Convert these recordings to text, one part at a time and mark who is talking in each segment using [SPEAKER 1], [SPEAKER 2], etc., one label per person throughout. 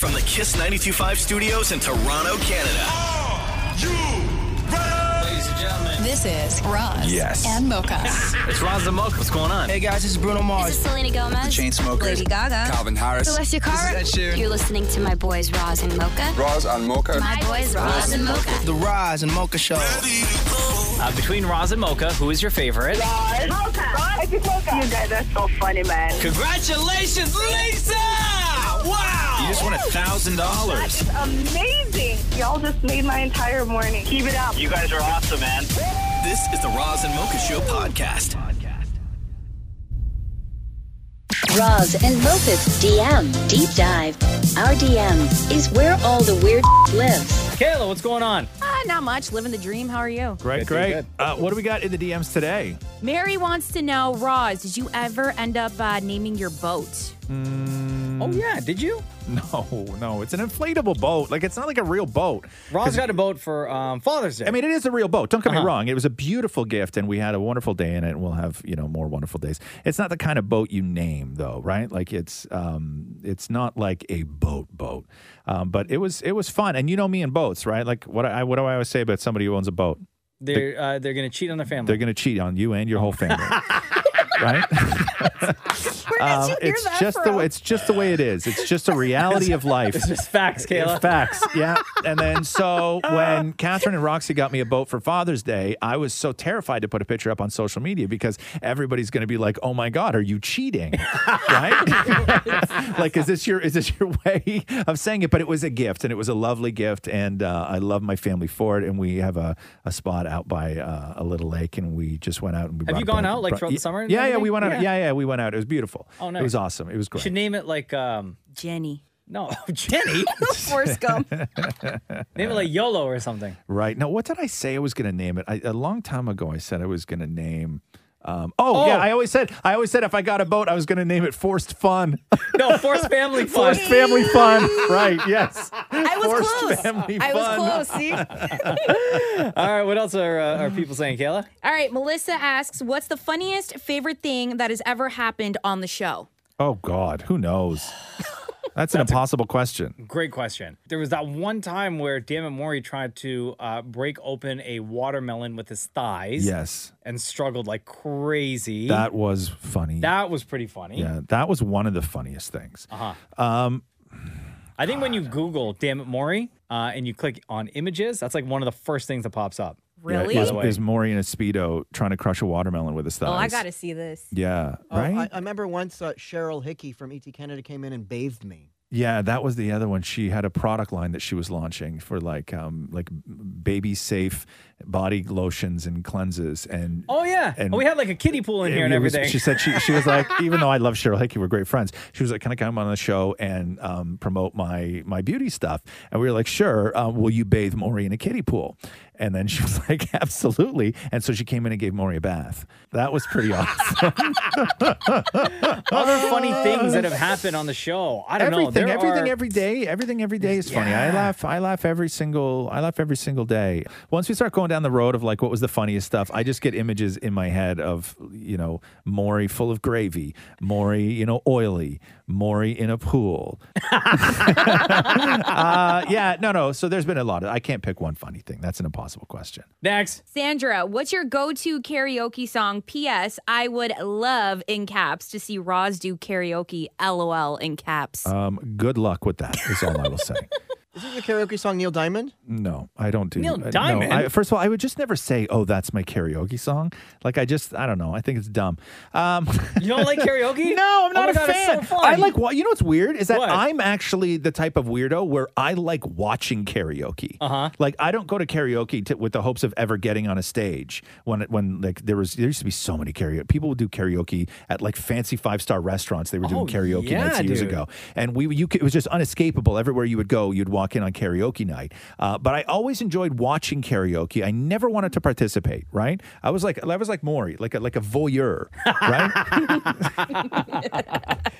[SPEAKER 1] From the Kiss 925 studios in Toronto, Canada.
[SPEAKER 2] Ladies and gentlemen.
[SPEAKER 3] This is Roz
[SPEAKER 4] Yes.
[SPEAKER 3] and Mocha.
[SPEAKER 2] It's Roz the Moke. What's going on?
[SPEAKER 5] Hey guys, this is Bruno Mars.
[SPEAKER 6] This is Selena Gomez.
[SPEAKER 4] The Chainsmokers.
[SPEAKER 6] Lady Gaga.
[SPEAKER 4] Calvin Harris.
[SPEAKER 6] Celestia Cara.
[SPEAKER 5] This is Ed Sheeran.
[SPEAKER 6] You're listening to my boys Roz and Mocha.
[SPEAKER 4] Roz on Mocha.
[SPEAKER 6] My boys Roz and Mocha.
[SPEAKER 5] the Rise and Mocha Show.
[SPEAKER 2] Uh, between Roz and Mocha, who is your favorite?
[SPEAKER 7] Mocha. You guys are so funny, man.
[SPEAKER 2] Congratulations, Lisa!
[SPEAKER 1] You
[SPEAKER 2] Wow!
[SPEAKER 1] just won a thousand dollars.
[SPEAKER 7] Amazing. Y'all just made my entire morning. Keep it up.
[SPEAKER 8] You guys are awesome, man.
[SPEAKER 1] This is the Roz and Mocha Show podcast.
[SPEAKER 9] Roz and Mocha's DM deep dive. Our DM is where all the weird lives.
[SPEAKER 2] Kayla, what's going on?
[SPEAKER 10] Ah, not much. Living the dream. How are you?
[SPEAKER 11] Great, great. Uh, what do we got in the DMs today?
[SPEAKER 10] Mary wants to know, Roz, did you ever end up uh, naming your boat?
[SPEAKER 11] Mm.
[SPEAKER 2] Oh, yeah, did you?
[SPEAKER 11] No, no, it's an inflatable boat. Like it's not like a real boat.
[SPEAKER 2] Roz got a boat for um, Father's Day.
[SPEAKER 11] I mean, it is a real boat. Don't get me
[SPEAKER 2] Uh-huh.
[SPEAKER 11] wrong. It was a beautiful gift, and we had a wonderful day in it. And we'll have you know more wonderful days. It's not the kind of boat you name, though, right? Like it's um, it's not like a boat boat. Um, but it was it was fun, and you know me and boats, right? Like what I what do I always say about somebody who owns a boat?
[SPEAKER 2] they're uh, they're gonna cheat on their family.
[SPEAKER 11] They're going to cheat on you and your whole family. Right? Um, it's just the way, it's just the way it is. It's just a reality of life.
[SPEAKER 2] It's just facts,
[SPEAKER 11] It's
[SPEAKER 2] Kayla.
[SPEAKER 11] facts. Yeah. And then so when Catherine and Roxy got me a boat for Father's Day, I was so terrified to put a picture up on social media because everybody's going to be like, "Oh my God, are you cheating?" right? like, is this your is this your way of saying it? But it was a gift, and it was a lovely gift, and uh, I love my family for it. And we have a, a spot out by uh, a little lake, and we just went out and we.
[SPEAKER 2] Have
[SPEAKER 11] brought
[SPEAKER 2] you
[SPEAKER 11] a
[SPEAKER 2] gone
[SPEAKER 11] bunch-
[SPEAKER 2] out, like,
[SPEAKER 11] brought-
[SPEAKER 2] throughout the summer and
[SPEAKER 11] Yeah, yeah,
[SPEAKER 2] everything?
[SPEAKER 11] we went out.
[SPEAKER 2] Yeah.
[SPEAKER 11] Yeah, yeah, we went out. It was beautiful.
[SPEAKER 2] Oh,
[SPEAKER 11] It
[SPEAKER 2] nice.
[SPEAKER 11] was awesome. It was
[SPEAKER 2] You
[SPEAKER 11] great.
[SPEAKER 2] should name it like um
[SPEAKER 10] Jenny.
[SPEAKER 2] no Jenny.
[SPEAKER 10] Forrest Gump.
[SPEAKER 2] name it like YOLO or something.
[SPEAKER 11] Right. Now, what did I say I was going to name it? I, a long time ago, I said I was going to name. Um, oh,
[SPEAKER 2] Oh.
[SPEAKER 11] yeah, I always said I always said if I got a boat, I was going to name it Forced Fun,
[SPEAKER 2] No, forced family fun.
[SPEAKER 11] Forced Family Fun. Right? Yes.
[SPEAKER 10] I was
[SPEAKER 11] Forced
[SPEAKER 10] close.
[SPEAKER 11] family
[SPEAKER 10] I was
[SPEAKER 11] fun.
[SPEAKER 10] close. See? All
[SPEAKER 2] All right, what else are uh, are people saying, Kayla?
[SPEAKER 10] right. Melissa asks, what's the funniest favorite thing that has ever happened on the show?
[SPEAKER 11] Oh God, who knows? That's, an impossible question.
[SPEAKER 2] Great question. There was that one time where Dammit Mori tried to uh, break open a watermelon with his thighs.
[SPEAKER 11] Yes,
[SPEAKER 2] And struggled like crazy.
[SPEAKER 11] that was funny.
[SPEAKER 2] That was pretty funny.
[SPEAKER 11] yeah, that was one of the funniest things.
[SPEAKER 2] I think when you Google Dammit Mori uh, and you click on images, that's like one of the first things that pops up.
[SPEAKER 11] Yeah,
[SPEAKER 10] Really?
[SPEAKER 11] is,
[SPEAKER 2] way.
[SPEAKER 11] is Maury in a speedo trying to crush a watermelon with his thighs?
[SPEAKER 10] oh, I got to see this.
[SPEAKER 11] Yeah, right.
[SPEAKER 12] Oh, I, I remember once uh, Cheryl Hickey from ET Canada came in and bathed me.
[SPEAKER 11] Yeah, that was the other one. She had a product line that she was launching for like um like baby safe body lotions and cleanses and
[SPEAKER 2] Oh yeah.
[SPEAKER 11] And-
[SPEAKER 2] oh, we had like a kiddie pool in here and
[SPEAKER 11] it was-
[SPEAKER 2] everything.
[SPEAKER 11] she said she she was like, even though I love Cheryl Hickey, we're great friends. She was like, can I come on the show and um, promote my my beauty stuff? And we were like, sure. Um, will you bathe Maury in a kiddie pool? And then she was like, absolutely. And so she came in and gave Maury a bath. That was pretty awesome.
[SPEAKER 2] Other funny things that have happened on the show. I don't know.
[SPEAKER 11] everything,
[SPEAKER 2] There
[SPEAKER 11] everything,
[SPEAKER 2] are-
[SPEAKER 11] every day, everything, every day is funny. I laugh, I laugh every single, I laugh every single day. Once we start going down the road of like what was the funniest stuff, I just get images in my head of you know Maury full of gravy, Maury you know oily, Maury in a pool. uh, yeah, no, no. So there's been a lot. Of, I can't pick one funny thing. That's an impossible question.
[SPEAKER 2] Next.
[SPEAKER 10] Sandra, what's your go to karaoke song? P.S. I would love in caps to see Roz do karaoke LOL in caps.
[SPEAKER 11] Um, good luck with that. Is all I will say.
[SPEAKER 12] Is this the karaoke song Neil Diamond?
[SPEAKER 11] No, I don't do
[SPEAKER 2] Neil
[SPEAKER 11] uh, no,
[SPEAKER 2] Diamond?
[SPEAKER 11] I, first of all, I would just never say, "Oh, that's my karaoke song." Like I just, I don't know. I think it's dumb. Um,
[SPEAKER 2] You don't like karaoke?
[SPEAKER 11] no, I'm
[SPEAKER 2] Oh
[SPEAKER 11] not
[SPEAKER 2] my
[SPEAKER 11] a
[SPEAKER 2] God, it's so
[SPEAKER 11] fan.
[SPEAKER 2] fun.
[SPEAKER 11] I like. Wa- you know what's weird is that
[SPEAKER 2] What?
[SPEAKER 11] I'm actually the type of weirdo where I like watching karaoke. Uh
[SPEAKER 2] Uh-huh.
[SPEAKER 11] huh. Like I don't go to karaoke to, with the hopes of ever getting on a stage. When it- when like there was there used to be so many karaoke people would do karaoke at like fancy five star restaurants. They were doing
[SPEAKER 2] Oh,
[SPEAKER 11] karaoke
[SPEAKER 2] yeah,
[SPEAKER 11] nights years
[SPEAKER 2] dude.
[SPEAKER 11] ago ago. and we you could, it was just unescapable. Everywhere you would go, you'd walk in on karaoke night. Uh, but I always enjoyed watching karaoke. I never wanted to participate. Right? I was like I was like Maury, like a, like a voyeur. Right?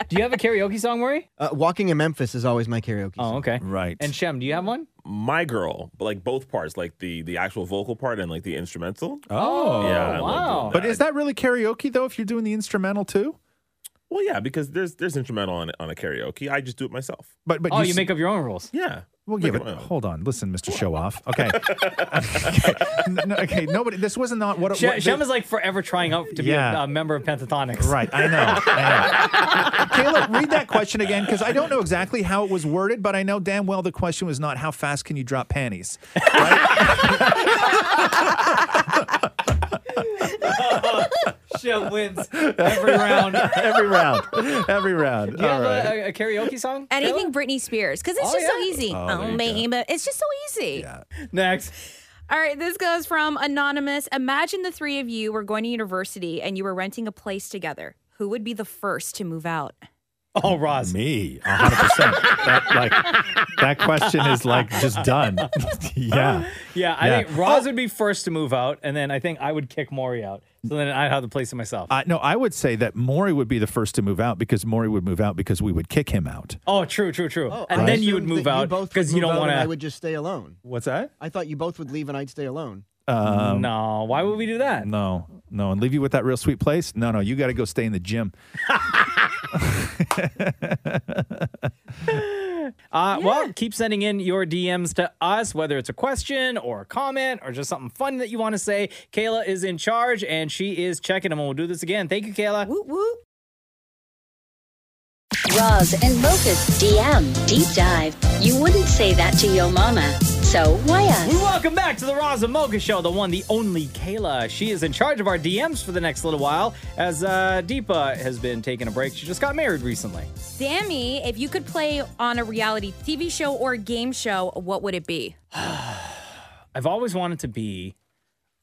[SPEAKER 2] Do you have a karaoke song, Maury?
[SPEAKER 12] Uh, Walking in Memphis is always my karaoke.
[SPEAKER 2] Oh,
[SPEAKER 12] song.
[SPEAKER 2] okay.
[SPEAKER 11] Right.
[SPEAKER 2] And Shem, do you have one?
[SPEAKER 8] My girl, but like both parts, like the the actual vocal part and like the instrumental.
[SPEAKER 11] oh.
[SPEAKER 8] yeah, I love
[SPEAKER 2] wow.
[SPEAKER 8] doing
[SPEAKER 11] But is that really karaoke though? If you're doing the instrumental too?
[SPEAKER 8] Well, yeah, because there's there's instrumental on on a karaoke. I just do it myself.
[SPEAKER 11] But but
[SPEAKER 2] Oh, you
[SPEAKER 11] s-
[SPEAKER 2] make up your own rules.
[SPEAKER 8] Yeah.
[SPEAKER 11] Well,
[SPEAKER 8] Make
[SPEAKER 11] yeah,
[SPEAKER 8] it
[SPEAKER 11] but
[SPEAKER 8] my own.
[SPEAKER 11] hold on. Listen, Mr. Show Off. Okay. okay. No, okay. Nobody. This was not what. it
[SPEAKER 2] Shem,
[SPEAKER 11] what-
[SPEAKER 2] Shem is like forever trying up to be
[SPEAKER 11] Yeah.
[SPEAKER 2] a, a member of Pentatonics.
[SPEAKER 11] Right, I know. I know. Caleb, read that question again because I don't know exactly how it was worded, but I know damn well the question was not how fast can you drop panties.
[SPEAKER 2] Shem wins every round. Do
[SPEAKER 11] Every round, every
[SPEAKER 2] you
[SPEAKER 11] round. All
[SPEAKER 2] have
[SPEAKER 11] right.
[SPEAKER 2] a, a karaoke song?
[SPEAKER 10] Anything Britney Spears, because it's
[SPEAKER 2] Oh,
[SPEAKER 10] just so
[SPEAKER 2] yeah.
[SPEAKER 10] easy.
[SPEAKER 11] Oh, there you
[SPEAKER 10] baby, it's just so easy.
[SPEAKER 2] Caleb? Next.
[SPEAKER 10] All right, this goes from Anonymous. Imagine the three of you were going to university and you were renting a place together. Who would be the first to move out?
[SPEAKER 2] Oh, Roz.
[SPEAKER 11] Me, hundred percent. That like that question is like just done. yeah.
[SPEAKER 2] Yeah, I
[SPEAKER 11] Yeah.
[SPEAKER 2] think Roz would be first to move out, and then I think I would kick Maury out. So then I'd have the place to myself.
[SPEAKER 11] Uh, no, I would say that Maury would be the first to move out because Maury would move out because we would kick him out.
[SPEAKER 2] oh, true, true, true. and
[SPEAKER 12] I
[SPEAKER 2] then you would
[SPEAKER 12] assumed
[SPEAKER 2] move
[SPEAKER 12] that
[SPEAKER 2] out
[SPEAKER 12] both
[SPEAKER 2] because
[SPEAKER 12] would
[SPEAKER 2] you,
[SPEAKER 12] move
[SPEAKER 2] don't
[SPEAKER 12] out
[SPEAKER 2] want
[SPEAKER 12] and I
[SPEAKER 2] to.
[SPEAKER 12] would just stay alone.
[SPEAKER 11] What's that?
[SPEAKER 12] I thought you both would leave and I'd stay alone.
[SPEAKER 2] no, Um, why would we do that?
[SPEAKER 11] No, no, and leave you with that real sweet place. No, no, you got to go stay in the gym.
[SPEAKER 2] Uh, Well, keep sending in your DMs to us, whether it's a question or a comment or just something fun that you want to say. Kayla is in charge and she is checking them, and we'll do this again. Thank you, Kayla.
[SPEAKER 10] Whoop, whoop.
[SPEAKER 9] Roz and Mocha's DM Deep Dive. You wouldn't say that to your mama. So why
[SPEAKER 2] We
[SPEAKER 9] us?
[SPEAKER 2] welcome back to the Roz and Mocha Show, the one, the only Kayla. She is in charge of our DMs for the next little while as uh, Deepa has been taking a break. She just got married recently.
[SPEAKER 10] Sammy, if you could play on a reality TV show or game show, what would it be?
[SPEAKER 2] I've always wanted to be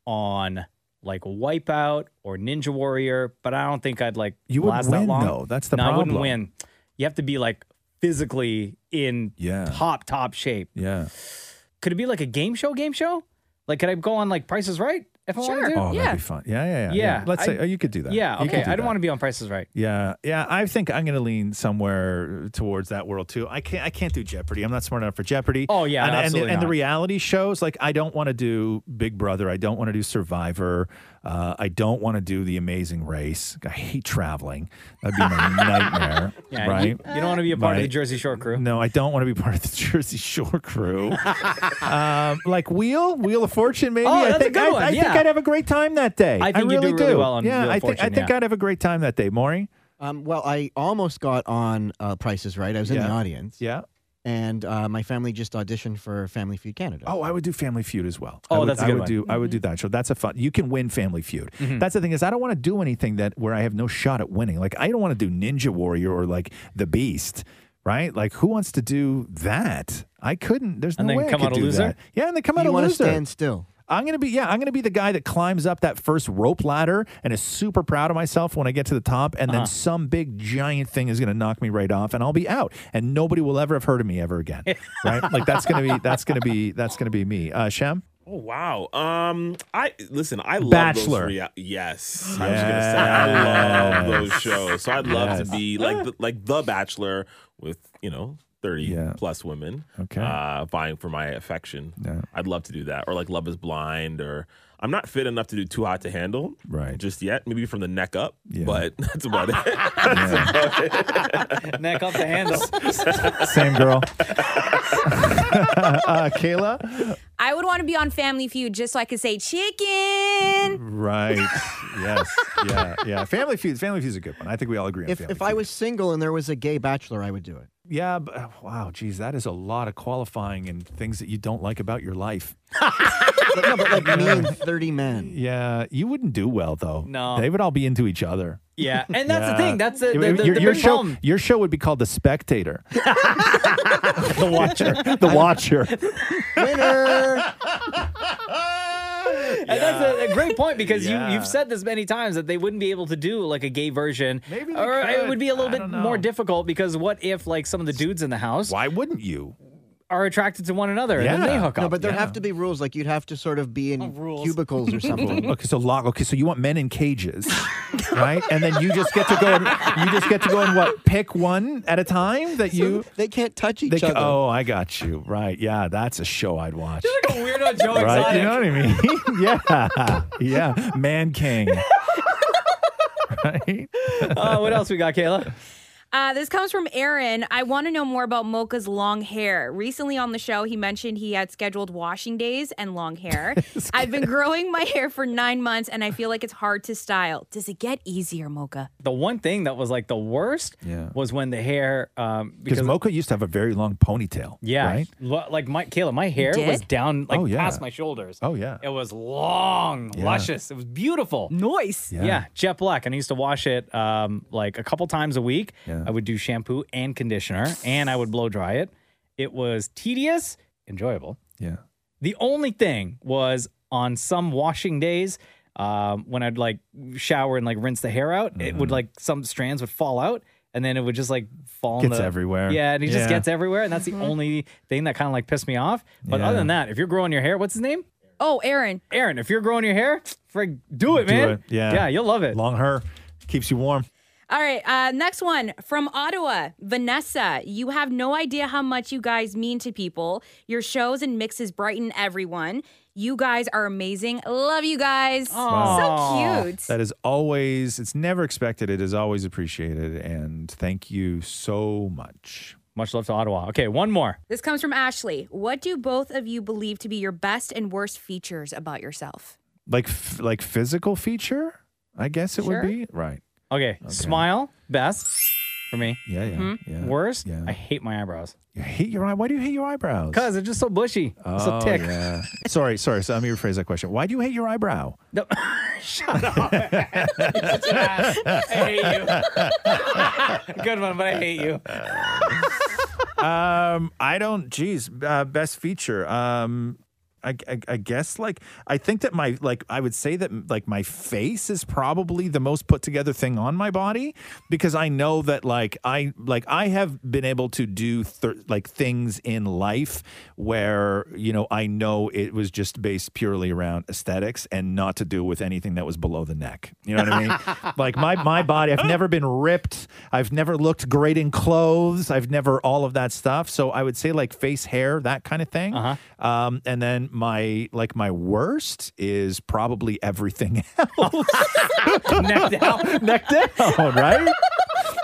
[SPEAKER 2] on like Wipeout or Ninja Warrior, but I don't think I'd like
[SPEAKER 11] You would
[SPEAKER 2] last
[SPEAKER 11] win,
[SPEAKER 2] that long.
[SPEAKER 11] though. That's the
[SPEAKER 2] no, I wouldn't
[SPEAKER 11] problem.
[SPEAKER 2] win. You have to be like physically in
[SPEAKER 11] Yeah.
[SPEAKER 2] top top shape.
[SPEAKER 11] Yeah.
[SPEAKER 2] Could it be like a game show? Game show? Like, could I go on like Prices Right if I wanted to?
[SPEAKER 11] Oh,
[SPEAKER 10] Yeah.
[SPEAKER 11] that'd be fun. Yeah, yeah, yeah.
[SPEAKER 2] Yeah,
[SPEAKER 11] Let's
[SPEAKER 2] I-
[SPEAKER 11] say oh, you could do that.
[SPEAKER 2] Yeah.
[SPEAKER 11] You could
[SPEAKER 2] Okay.
[SPEAKER 11] do
[SPEAKER 2] I don't
[SPEAKER 11] that.
[SPEAKER 2] want to be on Prices Right.
[SPEAKER 11] Yeah, yeah. I think I'm gonna lean somewhere towards that world too. I can't. I can't do Jeopardy. I'm not smart enough for Jeopardy.
[SPEAKER 2] Oh, yeah,
[SPEAKER 11] and, and-
[SPEAKER 2] absolutely
[SPEAKER 11] and, the
[SPEAKER 2] not.
[SPEAKER 11] reality shows. Like I don't want to do Big Brother. I don't want to do Survivor. Uh, I don't want to do The Amazing Race. I hate traveling. That'd be my nightmare.
[SPEAKER 2] Yeah. you-
[SPEAKER 11] right.
[SPEAKER 2] You, don't want to be a part of the
[SPEAKER 11] Right.
[SPEAKER 2] Jersey Shore crew.
[SPEAKER 11] No, I don't want to be part of the Jersey Shore crew. um, like Wheel, Wheel of Fortune, maybe.
[SPEAKER 2] Oh,
[SPEAKER 11] I
[SPEAKER 2] that's a
[SPEAKER 11] think
[SPEAKER 2] good
[SPEAKER 11] I,
[SPEAKER 2] one,
[SPEAKER 11] I
[SPEAKER 2] yeah.
[SPEAKER 11] think I'd have a great time that day.
[SPEAKER 2] I think you'd do
[SPEAKER 11] really
[SPEAKER 2] really well on
[SPEAKER 11] yeah,
[SPEAKER 2] Wheel of
[SPEAKER 11] I think, I
[SPEAKER 2] Fortune,
[SPEAKER 11] think
[SPEAKER 2] yeah.
[SPEAKER 11] I'd have a great time that day, Maury.
[SPEAKER 12] Um, well, I almost got on uh, Prices Right. I was in the
[SPEAKER 11] Yeah.
[SPEAKER 12] audience,
[SPEAKER 11] Yeah.
[SPEAKER 12] and uh, my family just auditioned for Family Feud Canada.
[SPEAKER 11] Oh, I would do Family Feud as well.
[SPEAKER 2] Oh,
[SPEAKER 11] I would,
[SPEAKER 2] that's a
[SPEAKER 11] I
[SPEAKER 2] good
[SPEAKER 11] would
[SPEAKER 2] one. Mm-hmm.
[SPEAKER 11] do. I would do that show. That's a fun. You can win Family Feud. That's the thing is, I don't want to do anything that where I have no shot at winning. Like I don't want to do Ninja Warrior or like The Beast, right? Like who wants to do that? I couldn't. There's
[SPEAKER 2] And
[SPEAKER 11] no
[SPEAKER 2] then
[SPEAKER 11] way
[SPEAKER 2] come
[SPEAKER 11] I could
[SPEAKER 2] out a
[SPEAKER 11] do
[SPEAKER 2] loser?
[SPEAKER 11] that. Yeah, and then come out
[SPEAKER 12] you
[SPEAKER 11] a
[SPEAKER 12] wanna
[SPEAKER 11] loser.
[SPEAKER 12] stand still.
[SPEAKER 11] I'm gonna be yeah. I'm gonna be the guy that climbs up that first rope ladder and is super proud of myself when I get to the top, and then some big giant thing is gonna knock me right off, and I'll be out, and nobody will ever have heard of me ever again, right? Like that's gonna be that's gonna be that's gonna be me. Uh, Shem,
[SPEAKER 8] Oh wow. Um I listen, I love
[SPEAKER 11] Bachelor.
[SPEAKER 8] those rea- yes. I was gonna say I love those shows. So I'd love
[SPEAKER 11] Yes.
[SPEAKER 8] to be like the, like the Bachelor with, you know, 30
[SPEAKER 11] Yeah.
[SPEAKER 8] plus women
[SPEAKER 11] Okay.
[SPEAKER 8] uh vying for my affection.
[SPEAKER 11] Yeah.
[SPEAKER 8] I'd love to do that. Or like Love is Blind or I'm not fit enough to do too hot to handle
[SPEAKER 11] Right.
[SPEAKER 8] just yet. Maybe from the neck up,
[SPEAKER 11] Yeah.
[SPEAKER 8] but that's about it.
[SPEAKER 2] Neck up the handle.
[SPEAKER 11] same girl. uh, Kayla,
[SPEAKER 10] I would want to be on Family Feud just so I could say chicken.
[SPEAKER 11] right? Yes, yeah, yeah. Family Feud. Family Feud's a good one. I think we all agree. on
[SPEAKER 12] If
[SPEAKER 11] Family
[SPEAKER 12] if I
[SPEAKER 11] Feud.
[SPEAKER 12] was single and there was a gay bachelor, I would do it.
[SPEAKER 11] yeah, but, uh, wow, geez, that is a lot of qualifying and things that you don't like about your life.
[SPEAKER 12] But, no, but like me and thirty men.
[SPEAKER 11] Yeah, you wouldn't do well though.
[SPEAKER 2] No.
[SPEAKER 11] they would all be into each other.
[SPEAKER 2] Yeah, and that's the
[SPEAKER 11] Yeah.
[SPEAKER 2] thing. That's the, the,
[SPEAKER 11] It would-
[SPEAKER 2] the,
[SPEAKER 11] your,
[SPEAKER 2] the
[SPEAKER 11] your
[SPEAKER 2] big
[SPEAKER 11] show.
[SPEAKER 2] problem.
[SPEAKER 11] Your show would be called the Spectator, the Watcher, the Watcher.
[SPEAKER 12] Winner.
[SPEAKER 2] And that's a, a great point because
[SPEAKER 11] Yeah.
[SPEAKER 2] you you've said this many times that they wouldn't be able to do like a gay version.
[SPEAKER 11] Maybe they
[SPEAKER 2] or it
[SPEAKER 11] could.
[SPEAKER 2] would be a little
[SPEAKER 11] I
[SPEAKER 2] bit
[SPEAKER 11] don't know.
[SPEAKER 2] more difficult because what if like some of the dudes in the house
[SPEAKER 11] Why wouldn't you?
[SPEAKER 2] are attracted to one another and
[SPEAKER 11] Yeah. Oh,
[SPEAKER 2] then they hook up?
[SPEAKER 12] No, but there have to be rules. Like you'd have to sort of be in cubicles or something.
[SPEAKER 11] Okay, so lock. Okay, so you want men in cages, right? And then you just get to go. And, you just get to go and what? Pick one at a time that you.
[SPEAKER 12] they can't touch each
[SPEAKER 11] They ca-
[SPEAKER 12] other.
[SPEAKER 11] oh, I got you. Right. Yeah, that's a show I'd watch.
[SPEAKER 2] like a weirdo Joe
[SPEAKER 11] Right.
[SPEAKER 2] Exotic.
[SPEAKER 11] You know what I mean? yeah. Yeah. Man King. right?
[SPEAKER 2] Uh, what else we got, Kayla?
[SPEAKER 10] Uh, this comes from Aaron. I want to know more about Mocha's long hair. Recently on the show, he mentioned he had scheduled washing days and long hair. I've been growing my hair for nine months and I feel like it's hard to style. Does it get easier, Mocha?
[SPEAKER 2] The one thing that was like the worst
[SPEAKER 11] Yeah.
[SPEAKER 2] was when the hair, um,
[SPEAKER 11] Because
[SPEAKER 2] because
[SPEAKER 11] Mocha used to have a very long ponytail.
[SPEAKER 2] yeah,
[SPEAKER 11] Right?
[SPEAKER 2] lo- like my Kayla, my hair
[SPEAKER 10] did?
[SPEAKER 2] was down like
[SPEAKER 11] Oh, yeah.
[SPEAKER 2] past my shoulders.
[SPEAKER 11] Oh, yeah.
[SPEAKER 2] it was long,
[SPEAKER 11] Yeah.
[SPEAKER 2] luscious. It was beautiful.
[SPEAKER 10] Noise.
[SPEAKER 2] Yeah. jet black. And I used to wash it um, like a couple times a week. I would do shampoo and conditioner, and I would blow dry it. It was tedious, enjoyable.
[SPEAKER 11] Yeah.
[SPEAKER 2] The only thing was on some washing days, um, when I'd like shower and like rinse the hair out, it
[SPEAKER 11] Mm-hmm.
[SPEAKER 2] would like some strands would fall out, and then it would just like fall. in
[SPEAKER 11] Gets
[SPEAKER 2] the-
[SPEAKER 11] everywhere.
[SPEAKER 2] Yeah, and it
[SPEAKER 11] Yeah.
[SPEAKER 2] just gets everywhere, and that's the only thing that kind of like pissed me off. But
[SPEAKER 11] Yeah.
[SPEAKER 2] other than that, if you're growing your hair, what's his name?
[SPEAKER 10] Oh, Aaron.
[SPEAKER 2] Aaron. If you're growing your hair, frig, do it, man.
[SPEAKER 11] it. Yeah.
[SPEAKER 2] yeah, you'll love it.
[SPEAKER 11] Long hair keeps you warm.
[SPEAKER 10] All right, uh, next one from Ottawa. Vanessa, you have no idea how much you guys mean to people. Your shows and mixes brighten everyone. You guys are amazing. Love you guys.
[SPEAKER 2] Aw.
[SPEAKER 10] So cute.
[SPEAKER 11] That is always, it's never expected. It is always appreciated. And thank you so much.
[SPEAKER 2] Much love to Ottawa. Okay, one more.
[SPEAKER 10] This comes from Ashley. What do both of you believe to be your best and worst features about yourself?
[SPEAKER 11] Like, f- like physical feature, I guess it
[SPEAKER 10] Sure.
[SPEAKER 11] would be. Right.
[SPEAKER 2] Okay, smile best for me.
[SPEAKER 11] Yeah. Yeah. yeah.
[SPEAKER 2] Worst,
[SPEAKER 11] Yeah.
[SPEAKER 2] I hate my eyebrows
[SPEAKER 11] You hate your eye. Why do you hate your eyebrows?
[SPEAKER 2] because they're just so bushy, so
[SPEAKER 11] Oh,
[SPEAKER 2] thick.
[SPEAKER 11] yeah. sorry, sorry. So let me rephrase that question. Why do you hate your eyebrow?
[SPEAKER 2] No, shut up. I hate you. Good one, but I hate you.
[SPEAKER 11] um, I don't. Geez, uh, best feature. Um, I, I, I guess like I think that my like I would say that like my face is probably the most put together thing on my body because I know that like I like I have been able to do thir- like things in life where you know I know it was just based purely around aesthetics and not to do with anything that was below the neck. You know what I mean? like my my body, I've never been ripped. I've never looked great in clothes. I've never all of that stuff. So I would say like face hair, that kind of thing. Uh-huh. Um, and then my like my worst is probably everything
[SPEAKER 2] Neck down.
[SPEAKER 11] neck down, right?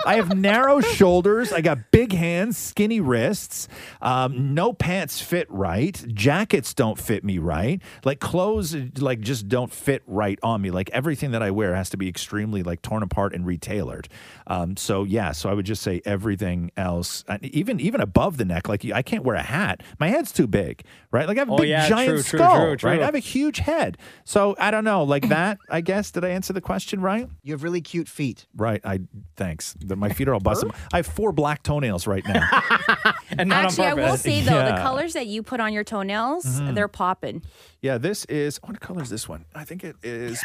[SPEAKER 11] I have narrow shoulders. I got big hands, skinny wrists. Um, no pants fit right. Jackets don't fit me right. Like clothes, uh, like just don't fit right on me. Like everything that I wear has to be extremely like torn apart and retailored. Um, so yeah, so I would just say everything else, uh, even even above the neck. Like I can't wear a hat. My head's too big, right? Like I have a
[SPEAKER 2] Oh,
[SPEAKER 11] big
[SPEAKER 2] yeah,
[SPEAKER 11] giant
[SPEAKER 2] true, true,
[SPEAKER 11] skull,
[SPEAKER 2] true, true.
[SPEAKER 11] right? I have a huge head. So I don't know, like that. I guess did I answer the question right?
[SPEAKER 12] You have really cute feet.
[SPEAKER 11] Right. I thanks. The, my feet are all busted. I have four black toenails right now.
[SPEAKER 2] And not
[SPEAKER 10] Actually, I
[SPEAKER 2] on
[SPEAKER 10] will
[SPEAKER 2] purpose. Mm-hmm.
[SPEAKER 10] say though, the
[SPEAKER 11] Yeah.
[SPEAKER 10] colors that you put on your toenails, they're popping.
[SPEAKER 11] yeah. This is what color is this one? I think it is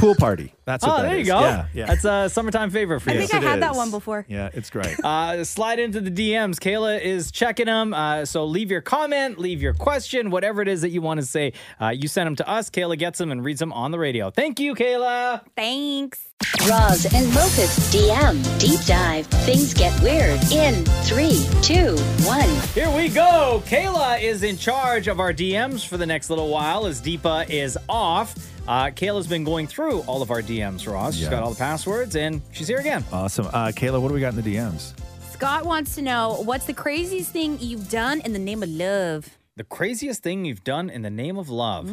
[SPEAKER 11] pool party. That's what
[SPEAKER 2] Oh,
[SPEAKER 11] that
[SPEAKER 2] there you
[SPEAKER 11] is.
[SPEAKER 2] go.
[SPEAKER 11] Yeah. Yeah.
[SPEAKER 2] That's uh, a summertime favorite for
[SPEAKER 10] I
[SPEAKER 2] you.
[SPEAKER 10] think I
[SPEAKER 11] it
[SPEAKER 10] had that
[SPEAKER 11] is.
[SPEAKER 10] one before.
[SPEAKER 11] Yeah. It's great.
[SPEAKER 2] Uh, slide into the DMs. Kayla is checking them. Uh, so leave your comment, leave your question, whatever it is that you want to say. Uh, you send them to us. Kayla gets them and reads them on the radio. Thank you, Kayla.
[SPEAKER 10] Thanks.
[SPEAKER 9] Roz and Mocha's DM Deep Dive. Things get weird in three, two, one.
[SPEAKER 2] Here we go. Kayla is in charge of our DMs for the next little while as Deepa is off. Uh, Kayla's been going through all of our DMs, Ross. She's
[SPEAKER 11] Yeah.
[SPEAKER 2] got all the passwords and she's here again.
[SPEAKER 11] awesome. Uh, Kayla, what do we got in the DMs?
[SPEAKER 10] Scott wants to know what's the craziest thing you've done in the name of love?
[SPEAKER 2] The craziest thing you've done in the name of love.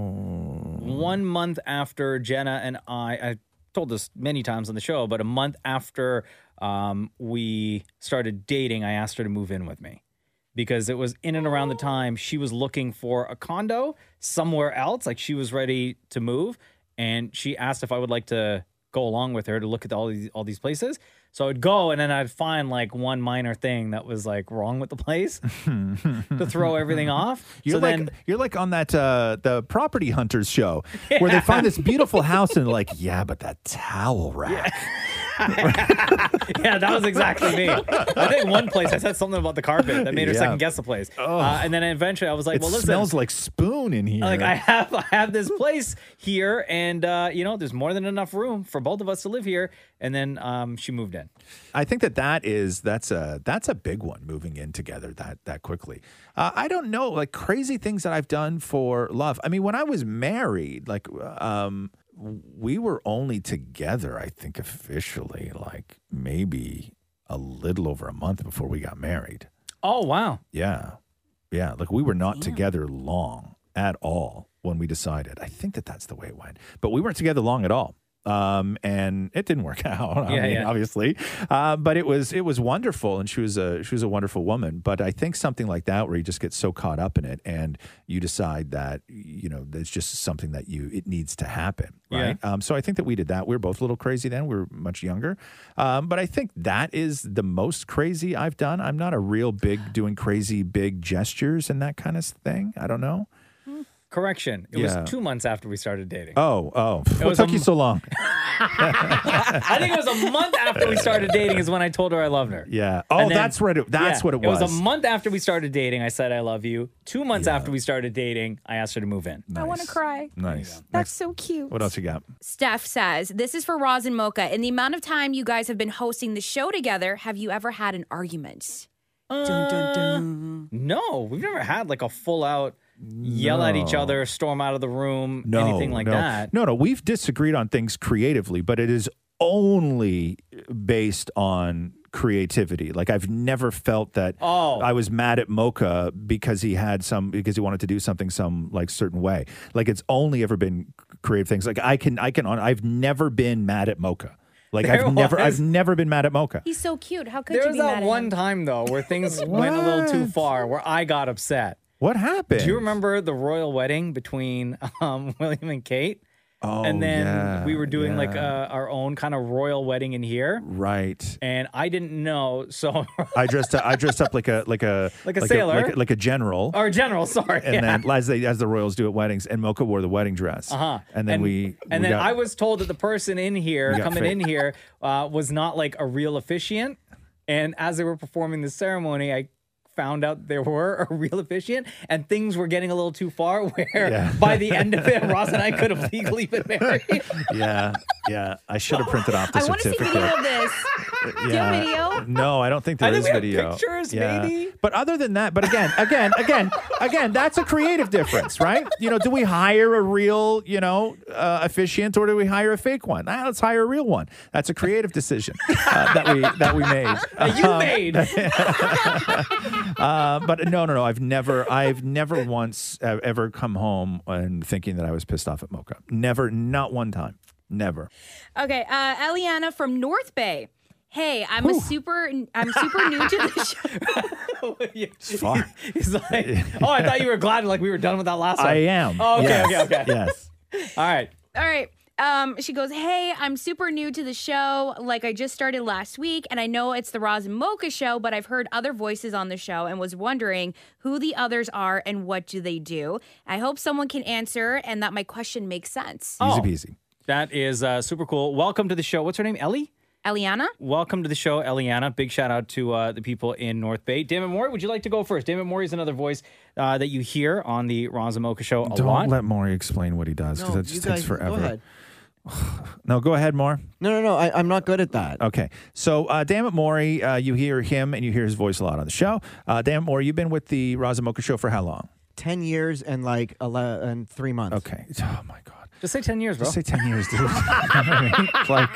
[SPEAKER 2] One month after Jenna and I, I told this many times on the show, but a month after um, we started dating, I asked her to move in with me because it was in and around
[SPEAKER 11] Oh.
[SPEAKER 2] the time she was looking for a condo somewhere else. Like she was ready to move, and she asked if I would like to go along with her to look at all these all these places. So I'd go, and then I'd find like one minor thing that was like wrong with the place to throw everything off.
[SPEAKER 11] You're
[SPEAKER 2] so
[SPEAKER 11] like
[SPEAKER 2] then
[SPEAKER 11] you're like on that uh, the property hunters show where they find this beautiful house and they're like, yeah, but that towel rack.
[SPEAKER 2] yeah, that was exactly me. I think one place I said something about the carpet that made her
[SPEAKER 11] Yeah. Oh.
[SPEAKER 2] second guess the place. Uh, and then eventually I was like,
[SPEAKER 11] It
[SPEAKER 2] well, listen.
[SPEAKER 11] smells like spoon in here.
[SPEAKER 2] like I have I have this place here and uh, you know there's more than enough room for both of us to live here and then um, she moved in.
[SPEAKER 11] I think that that is that's a that's a big one moving in together that that quickly. Uh, I don't know like crazy things that I've done for love. I mean, when I was married, like um, we were only together, I think, officially, like maybe a little over a month before we got married.
[SPEAKER 2] Oh wow.
[SPEAKER 11] Yeah. Yeah. Like we were not together long at all when we decided. I think that that's the way it went. But we weren't together long at all. Um, and it didn't work out. I
[SPEAKER 2] Yeah,
[SPEAKER 11] mean,
[SPEAKER 2] yeah.
[SPEAKER 11] obviously. Uh, but it was it was wonderful and she was a she was a wonderful woman. But I think something like that where you just get so caught up in it and you decide that you know, it's just something that you it needs to happen.
[SPEAKER 2] Yeah.
[SPEAKER 11] Right. Um, so I think that we did that. We were both a little crazy then. We were much younger. Um, but I think that is the most crazy I've done. I'm not a real big doing crazy big gestures and that kind of thing. I don't know.
[SPEAKER 2] Correction. It
[SPEAKER 11] Yeah.
[SPEAKER 2] was two months after we started dating.
[SPEAKER 11] Oh, oh. What
[SPEAKER 2] was
[SPEAKER 11] took
[SPEAKER 2] a
[SPEAKER 11] you
[SPEAKER 2] m-
[SPEAKER 11] so long?
[SPEAKER 2] I think it was a month after we started dating is when I told her I loved her.
[SPEAKER 11] Yeah. Oh,
[SPEAKER 2] And then-
[SPEAKER 11] that's what it that's
[SPEAKER 2] Yeah,
[SPEAKER 11] what it was.
[SPEAKER 2] It was a month after we started dating. I said I love you. Two months after we started dating, I asked her to move in.
[SPEAKER 10] I want to
[SPEAKER 11] Nice.
[SPEAKER 10] cry.
[SPEAKER 11] Nice.
[SPEAKER 10] That's
[SPEAKER 11] Next,
[SPEAKER 10] so cute.
[SPEAKER 11] what else you got?
[SPEAKER 10] Steph says, This is for Roz and Mocha. In the amount of time you guys have been hosting the show together, have you ever had an argument? Dun, dun, dun.
[SPEAKER 2] No, we've never had like a full out yell at each
[SPEAKER 11] No.
[SPEAKER 2] other, storm out of the room,
[SPEAKER 11] No,
[SPEAKER 2] anything like
[SPEAKER 11] no.
[SPEAKER 2] that.
[SPEAKER 11] No, no, we've disagreed on things creatively, but it is only based on creativity. Like I've never felt that
[SPEAKER 2] Oh.
[SPEAKER 11] I was mad at Mocha because he had some because he wanted to do something some like certain way. Like it's only ever been creative things. Like I can I can on I've never been mad at Mocha. Like
[SPEAKER 2] There
[SPEAKER 11] I've never
[SPEAKER 2] was-
[SPEAKER 11] I've never been mad at Mocha.
[SPEAKER 10] He's so cute. How could
[SPEAKER 2] There
[SPEAKER 10] you
[SPEAKER 2] was
[SPEAKER 10] be
[SPEAKER 2] that
[SPEAKER 10] mad
[SPEAKER 2] one
[SPEAKER 10] at him?
[SPEAKER 2] time though where things went a little too
[SPEAKER 11] What?
[SPEAKER 2] far, where I got upset.
[SPEAKER 11] What happened?
[SPEAKER 2] Do you remember the royal wedding between um, William and Kate?
[SPEAKER 11] Oh,
[SPEAKER 2] and then
[SPEAKER 11] yeah,
[SPEAKER 2] we were doing like
[SPEAKER 11] yeah.
[SPEAKER 2] uh, our own kind of royal wedding in here.
[SPEAKER 11] Right.
[SPEAKER 2] And I didn't know, so
[SPEAKER 11] I dressed up, I dressed up like a like a
[SPEAKER 2] Like a sailor.
[SPEAKER 11] like, a, like a general.
[SPEAKER 2] our general, sorry.
[SPEAKER 11] and then as they as the royals do at weddings, and Mocha wore the wedding dress.
[SPEAKER 2] Uh-huh.
[SPEAKER 11] And then we
[SPEAKER 2] and
[SPEAKER 11] we
[SPEAKER 2] then
[SPEAKER 11] got-
[SPEAKER 2] I was told that the person in here
[SPEAKER 11] We got
[SPEAKER 2] coming
[SPEAKER 11] fake.
[SPEAKER 2] in here uh, was not like a real officiant. And as they were performing the ceremony, I found out there were a real officiant, and things were getting a little too far. Where
[SPEAKER 11] Yeah.
[SPEAKER 2] by the end of it, Ross and I could have legally been married.
[SPEAKER 11] yeah yeah I should have printed off the
[SPEAKER 10] I want to see
[SPEAKER 11] certificate.
[SPEAKER 10] video of this. Do you have
[SPEAKER 11] Yeah.
[SPEAKER 10] video?
[SPEAKER 11] No, I don't think
[SPEAKER 2] I
[SPEAKER 11] there
[SPEAKER 2] think
[SPEAKER 11] is
[SPEAKER 2] we have
[SPEAKER 11] video.
[SPEAKER 2] pictures, maybe.
[SPEAKER 11] But other than that, but again, again, again, again, that's a creative difference, right? You know, do we hire a real, you know, uh, officiant or do we hire a fake one? Ah, let's hire a real one. That's a creative decision uh, that we that we made.
[SPEAKER 2] that you
[SPEAKER 11] Uh-huh.
[SPEAKER 2] made.
[SPEAKER 11] Uh, but no, no, no. I've never, I've never once uh, ever come home and thinking that I was pissed off at Mocha. Never, not one time. Never.
[SPEAKER 10] Okay, uh, Eliana from North Bay. Hey, I'm a super I'm super new to the show.
[SPEAKER 11] far.
[SPEAKER 2] He's like, oh, I thought you were glad like we were done with that last one.
[SPEAKER 11] I am.
[SPEAKER 2] Oh, okay,
[SPEAKER 11] Yes.
[SPEAKER 2] okay, okay.
[SPEAKER 11] Yes.
[SPEAKER 2] All right.
[SPEAKER 10] All right. Um, she goes, Hey, I'm super new to the show. Like, I just started last week, and I know it's the Roz and Mocha show, but I've heard other voices on the show and was wondering who the others are and what do they do. I hope someone can answer and that my question makes sense.
[SPEAKER 2] Oh.
[SPEAKER 11] Easy peasy.
[SPEAKER 2] That is uh, super cool. Welcome to the show. What's her name? Ellie?
[SPEAKER 10] Eliana?
[SPEAKER 2] Welcome to the show, Eliana. Big shout out to uh, the people in North Bay. Dammit Mori, would you like to go first? Dammit Mori is another voice uh, that you hear on the Ron Zamoka show a
[SPEAKER 11] Don't
[SPEAKER 2] lot.
[SPEAKER 11] let Maury explain what he does because
[SPEAKER 12] No,
[SPEAKER 11] that
[SPEAKER 12] you
[SPEAKER 11] just
[SPEAKER 12] guys-
[SPEAKER 11] takes forever.
[SPEAKER 12] Go ahead.
[SPEAKER 11] No, go ahead, Maury.
[SPEAKER 12] No, no, no. I, I'm not good at that.
[SPEAKER 11] Okay. So, uh, damn it, Maury, uh, you hear him and you hear his voice a lot on the show. Uh, damn it, Maury, you've been with the Razamoka show for how long?
[SPEAKER 12] Ten years and like ele- and three months.
[SPEAKER 11] Okay. Oh my God.
[SPEAKER 2] Just say 10 years, bro.
[SPEAKER 11] Just say 10 years, dude. It's like,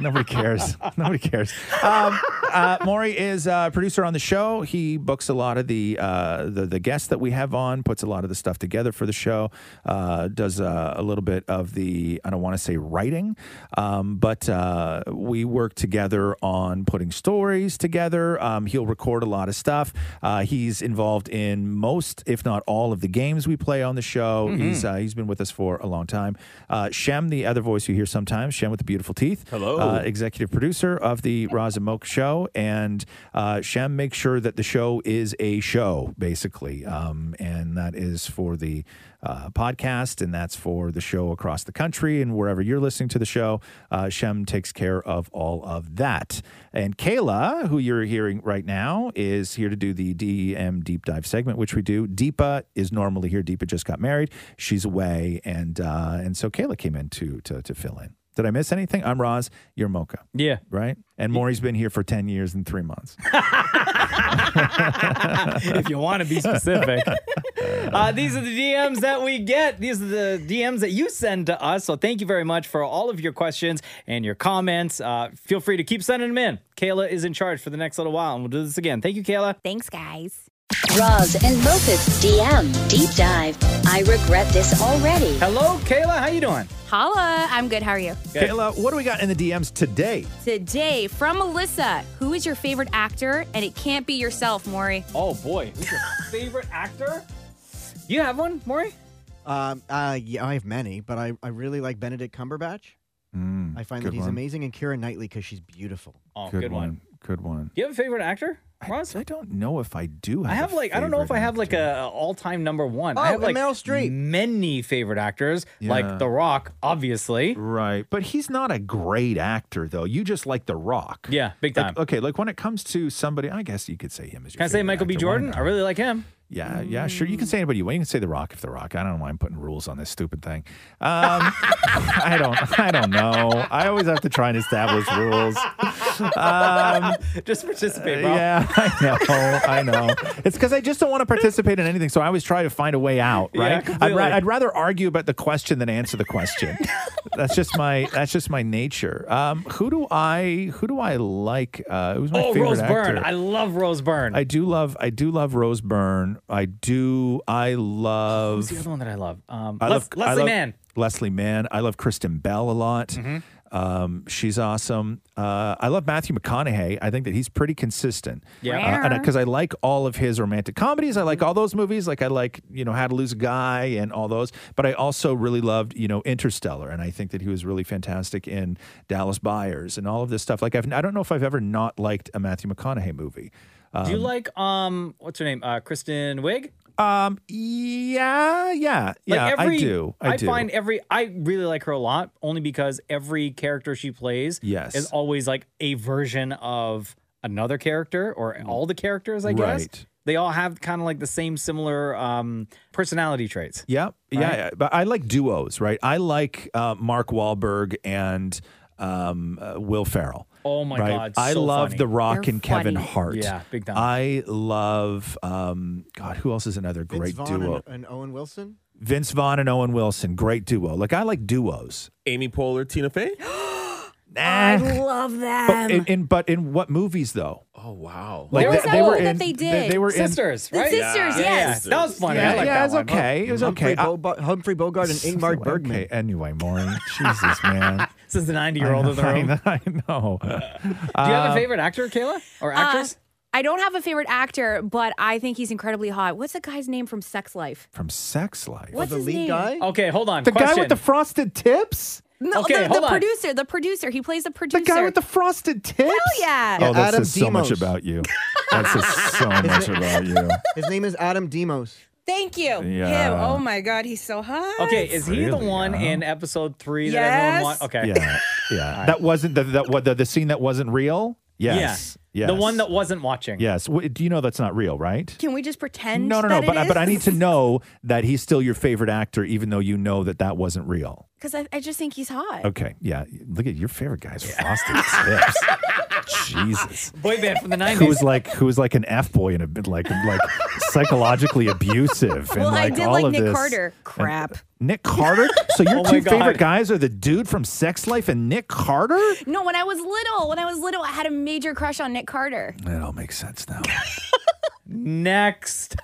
[SPEAKER 11] nobody cares. Nobody cares. Um, uh, Maury is a producer on the show. He books a lot of the, uh, the the guests that we have on, puts a lot of the stuff together for the show, uh, does uh, a little bit of the, I don't want to say writing, um, but uh, we work together on putting stories together. Um, he'll record a lot of stuff. Uh, he's involved in most, if not all, of the games we play on the show. He's uh, he's been with us for a long time. Uh, Shem, the other voice you hear sometimes, Shem with the beautiful teeth.
[SPEAKER 8] Hello.
[SPEAKER 11] uh, executive producer of the Roz and Moke show, and uh, Shem makes sure that the show is a show, basically, um, and that is for the uh, podcast, and that's for the show across the country and wherever you're listening to the show. Uh, Shem takes care of all of that, and Kayla, who you're hearing right now, is here to do the DEM deep dive segment, which we do. Deepa is normally here. Deepa just got married; she's away, and uh, and so Kayla came in to to, to fill in. Did I miss anything? I'm Roz. You're Mocha,
[SPEAKER 2] yeah.
[SPEAKER 11] right? And Maury's been here for 10 years and three months.
[SPEAKER 2] if you want to be specific. Uh, these are the DMs that we get. These are the DMs that you send to us. So thank you very much for all of your questions and your comments. Uh, feel free to keep sending them in. Kayla is in charge for the next little while, and we'll do this again. Thank you, Kayla.
[SPEAKER 10] Thanks, guys.
[SPEAKER 9] Roz and Mofit's DM Deep Dive. I regret this already.
[SPEAKER 2] Hello, Kayla. How you doing?
[SPEAKER 10] Holla. I'm good. How are you?
[SPEAKER 11] Kayla, what do we got in the DMs today?
[SPEAKER 10] Today, from Melissa, who is your favorite actor? And it can't be yourself, Maury.
[SPEAKER 2] Oh boy, who's your favorite actor? You have one, Maury?
[SPEAKER 12] Um, uh, yeah, I have many, but I, I really like Benedict Cumberbatch. I find
[SPEAKER 11] good
[SPEAKER 12] that he's
[SPEAKER 11] one.
[SPEAKER 12] amazing, and Kira Knightley because she's beautiful.
[SPEAKER 2] Mm, Oh, good, one.
[SPEAKER 11] Good one.
[SPEAKER 2] Do you have a favorite actor, Roz?
[SPEAKER 11] I, I don't know if I do. Have
[SPEAKER 2] I have
[SPEAKER 11] a
[SPEAKER 2] like I don't know if I
[SPEAKER 11] favorite
[SPEAKER 2] have like
[SPEAKER 11] actor.
[SPEAKER 2] a, a all-time number one.
[SPEAKER 12] Oh,
[SPEAKER 2] I have like
[SPEAKER 12] and Meryl Streep.
[SPEAKER 2] many favorite actors,
[SPEAKER 11] Yeah.
[SPEAKER 2] like The Rock, obviously.
[SPEAKER 11] Right, but he's not a great actor though. You just like The Rock.
[SPEAKER 2] Yeah, big time.
[SPEAKER 11] Like, okay, like when it comes to somebody, I guess you could say him as your.
[SPEAKER 2] Can I say
[SPEAKER 11] favorite
[SPEAKER 2] Michael B.
[SPEAKER 11] uh, actor. Why
[SPEAKER 2] Jordan?
[SPEAKER 11] not?
[SPEAKER 2] I really like him.
[SPEAKER 11] Yeah, yeah, sure. You can say anybody you want. You can say The Rock if The Rock. I don't know why I'm putting rules on this stupid thing. Um, I don't. I don't know. I always have to try and establish rules. Um,
[SPEAKER 2] Just participate, bro.
[SPEAKER 11] yeah, I know. I know. It's because I just don't want to participate in anything. So I always try to find a way out.
[SPEAKER 2] Yeah,
[SPEAKER 11] Right. I'd,
[SPEAKER 2] completely.
[SPEAKER 11] ra- I'd rather argue about the question than answer the question. that's just my. That's just my nature. Um, who do I? Who do I like? Uh, who's my
[SPEAKER 2] Oh,
[SPEAKER 11] favorite
[SPEAKER 2] Rose
[SPEAKER 11] actor?
[SPEAKER 2] Byrne. I love Rose Byrne.
[SPEAKER 11] I do love I do love Rose Byrne. I do I
[SPEAKER 2] Who's
[SPEAKER 11] love
[SPEAKER 2] the other one that I love? Um,
[SPEAKER 11] I
[SPEAKER 2] Les-
[SPEAKER 11] love I
[SPEAKER 2] Leslie
[SPEAKER 11] love
[SPEAKER 2] Mann. Mm-hmm.
[SPEAKER 11] Leslie Mann. I love Kristen Bell a lot. Um, she's awesome. Uh, I love Matthew McConaughey. I think that he's pretty consistent.
[SPEAKER 2] Yeah. Mm-hmm.
[SPEAKER 11] because I like all of his romantic comedies. I like all those movies. Like I like you know How to Lose a Guy and all those. But I also really loved you know Interstellar, and I think that he was really fantastic in Dallas Buyers and all of this stuff. Like I've, I don't know if I've ever not liked a Matthew McConaughey movie.
[SPEAKER 2] do you like um what's her name? Uh, Kristen Wiig.
[SPEAKER 11] Um. Yeah. Yeah. Yeah.
[SPEAKER 2] like every,
[SPEAKER 11] I do. I, do.
[SPEAKER 2] find every I really like her a lot only because every character she plays
[SPEAKER 11] Yes.
[SPEAKER 2] is always like a version of another character or all the characters, I guess.
[SPEAKER 11] Right.
[SPEAKER 2] They all have kind of like the same similar um personality traits.
[SPEAKER 11] yeah, yeah, yeah. But I like duos, right? I like uh, Mark Wahlberg and um, uh, Will Ferrell.
[SPEAKER 2] Oh my
[SPEAKER 11] right?
[SPEAKER 2] god.
[SPEAKER 11] I
[SPEAKER 2] so
[SPEAKER 11] love
[SPEAKER 2] funny.
[SPEAKER 11] The Rock
[SPEAKER 10] They're
[SPEAKER 11] and Kevin
[SPEAKER 10] funny.
[SPEAKER 11] Hart.
[SPEAKER 2] Yeah, big time.
[SPEAKER 11] I love um, God. Who else is another
[SPEAKER 12] Vince
[SPEAKER 11] great
[SPEAKER 12] Vaughn and,
[SPEAKER 11] duo?
[SPEAKER 8] uh,
[SPEAKER 12] and Owen Wilson.
[SPEAKER 11] Vince Vaughn and Owen Wilson. Great duo. Like I like duos.
[SPEAKER 8] Amy Poehler, Tina Fey.
[SPEAKER 10] I
[SPEAKER 11] Nah.
[SPEAKER 10] love
[SPEAKER 11] But
[SPEAKER 10] them.
[SPEAKER 11] in, in but in what movies though?
[SPEAKER 8] Oh wow.
[SPEAKER 11] Like
[SPEAKER 10] There was that one that
[SPEAKER 11] in-
[SPEAKER 10] they
[SPEAKER 11] They,
[SPEAKER 10] did.
[SPEAKER 11] were in
[SPEAKER 2] sisters,
[SPEAKER 10] The
[SPEAKER 2] right?
[SPEAKER 10] sisters,
[SPEAKER 2] Yeah, yeah,
[SPEAKER 10] yes.
[SPEAKER 2] yeah. That was funny.
[SPEAKER 11] Yeah,
[SPEAKER 2] I like
[SPEAKER 11] yeah,
[SPEAKER 2] that
[SPEAKER 11] it was
[SPEAKER 2] one.
[SPEAKER 11] okay. It was okay.
[SPEAKER 12] Humphrey,
[SPEAKER 11] I-
[SPEAKER 12] Boga- Humphrey Bogart and Ingmar
[SPEAKER 11] Okay,
[SPEAKER 12] Bergman.
[SPEAKER 11] anyway, Maureen. Jesus, man.
[SPEAKER 2] This is the 90 year old in the room.
[SPEAKER 11] I know. Uh,
[SPEAKER 2] Do you have a favorite actor, Kayla? Or actress?
[SPEAKER 10] Uh, I don't have a favorite actor, but I think he's incredibly hot. What's the guy's name from Sex Life?
[SPEAKER 11] From Sex Life.
[SPEAKER 10] What's
[SPEAKER 12] the
[SPEAKER 10] his
[SPEAKER 12] lead
[SPEAKER 10] name?
[SPEAKER 12] guy.
[SPEAKER 11] Oh.
[SPEAKER 2] okay, hold on.
[SPEAKER 11] the guy
[SPEAKER 2] Question.
[SPEAKER 11] with the frosted tips?
[SPEAKER 10] No,
[SPEAKER 2] Okay,
[SPEAKER 10] the,
[SPEAKER 2] hold
[SPEAKER 10] the
[SPEAKER 2] on.
[SPEAKER 10] producer, the producer. He plays the
[SPEAKER 11] The
[SPEAKER 10] producer.
[SPEAKER 11] guy with the frosted tips?
[SPEAKER 10] Hell yeah.
[SPEAKER 11] Oh, that
[SPEAKER 12] Adam
[SPEAKER 11] says so much
[SPEAKER 12] Demos.
[SPEAKER 11] about you. That says so much about you.
[SPEAKER 12] His name is Adam Demos.
[SPEAKER 10] Thank you. Him.
[SPEAKER 11] Yeah.
[SPEAKER 10] Oh my God, he's so hot.
[SPEAKER 2] okay, is he the
[SPEAKER 11] Really,
[SPEAKER 2] one
[SPEAKER 11] huh?
[SPEAKER 2] in episode three that
[SPEAKER 10] Yes.
[SPEAKER 2] everyone wants? Okay.
[SPEAKER 11] Yeah, yeah. That wasn't the, that what the, the scene that wasn't real. Yes,
[SPEAKER 2] Yeah.
[SPEAKER 11] yes.
[SPEAKER 2] The one that wasn't watching.
[SPEAKER 11] Yes. W- Do you know that's not real, right?
[SPEAKER 10] Can we just pretend?
[SPEAKER 11] No, no,
[SPEAKER 10] that
[SPEAKER 11] no.
[SPEAKER 10] it
[SPEAKER 11] But I, but I
[SPEAKER 10] is?
[SPEAKER 11] need to know that he's still your favorite actor, even though you know that that wasn't real.
[SPEAKER 10] Because I, I just think he's hot.
[SPEAKER 11] Okay. Yeah. Look at your favorite guys, frosted tips. Jesus.
[SPEAKER 2] Boy band from the 90s.
[SPEAKER 11] who was like who was like an f boy and a bit like like psychologically abusive and
[SPEAKER 10] Well,
[SPEAKER 11] like
[SPEAKER 10] I did
[SPEAKER 11] all
[SPEAKER 10] like
[SPEAKER 11] of
[SPEAKER 10] Nick
[SPEAKER 11] this.
[SPEAKER 10] Carter. Crap.
[SPEAKER 11] Nick Carter. So your
[SPEAKER 2] Oh
[SPEAKER 11] two
[SPEAKER 2] my God.
[SPEAKER 11] favorite guys are the dude from Sex Life and Nick Carter. It
[SPEAKER 10] No, when I was little, when I was little, I had a major crush on Nick Carter.
[SPEAKER 11] all makes sense now.
[SPEAKER 2] Next.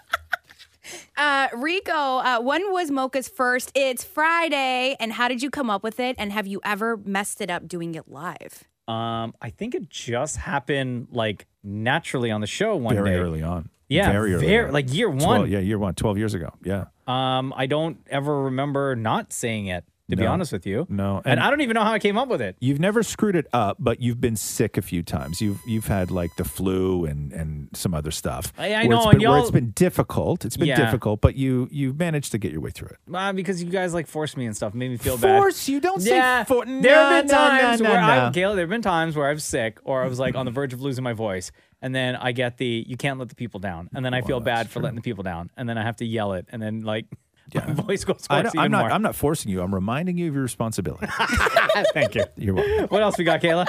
[SPEAKER 10] Uh, Rico, uh, when was Mocha's first? It's Friday. And how did you come up with it? And have you ever messed it up doing it live?
[SPEAKER 2] Um, I think it just happened like naturally on the show one
[SPEAKER 11] Very
[SPEAKER 2] day.
[SPEAKER 11] early on.
[SPEAKER 2] Yeah,
[SPEAKER 11] Very early.
[SPEAKER 2] very-
[SPEAKER 11] on.
[SPEAKER 2] like year
[SPEAKER 11] 12
[SPEAKER 2] one.
[SPEAKER 11] yeah, year one. Twelve years ago. Yeah.
[SPEAKER 2] Um, I don't ever remember not saying it. To be
[SPEAKER 11] No.
[SPEAKER 2] honest with you,
[SPEAKER 11] No,
[SPEAKER 2] and,
[SPEAKER 11] and-
[SPEAKER 2] I don't even know how I came up with it.
[SPEAKER 11] You've never screwed it up, but you've been sick a few times. You've you've had like the flu and and some other stuff.
[SPEAKER 2] I- I
[SPEAKER 11] where it's
[SPEAKER 2] know,
[SPEAKER 11] been-
[SPEAKER 2] and
[SPEAKER 11] where
[SPEAKER 2] y'all-
[SPEAKER 11] it's been difficult. It's been
[SPEAKER 2] Yeah.
[SPEAKER 11] difficult, but you you managed to get your way through it.
[SPEAKER 2] Uh, because you guys like forced me and stuff, made me feel bad.
[SPEAKER 11] Force? You don't
[SPEAKER 2] Yeah,
[SPEAKER 11] say for-
[SPEAKER 2] there have been
[SPEAKER 11] No, no, no,
[SPEAKER 2] times
[SPEAKER 11] no,
[SPEAKER 2] where
[SPEAKER 11] no.
[SPEAKER 2] I, Gail, there have been times where I'm sick or I was like on the verge of losing my voice, and then I get the you can't let the people down, and then I feel bad for letting the people down, and then I have to yell it, and then like my voice goes
[SPEAKER 11] I
[SPEAKER 2] hoarse
[SPEAKER 11] don't- I'm
[SPEAKER 2] even
[SPEAKER 11] not.
[SPEAKER 2] more.
[SPEAKER 11] I'm not forcing you. I'm reminding you of your responsibility.
[SPEAKER 2] Thank you.
[SPEAKER 11] You're welcome.
[SPEAKER 2] What else we got, Kayla?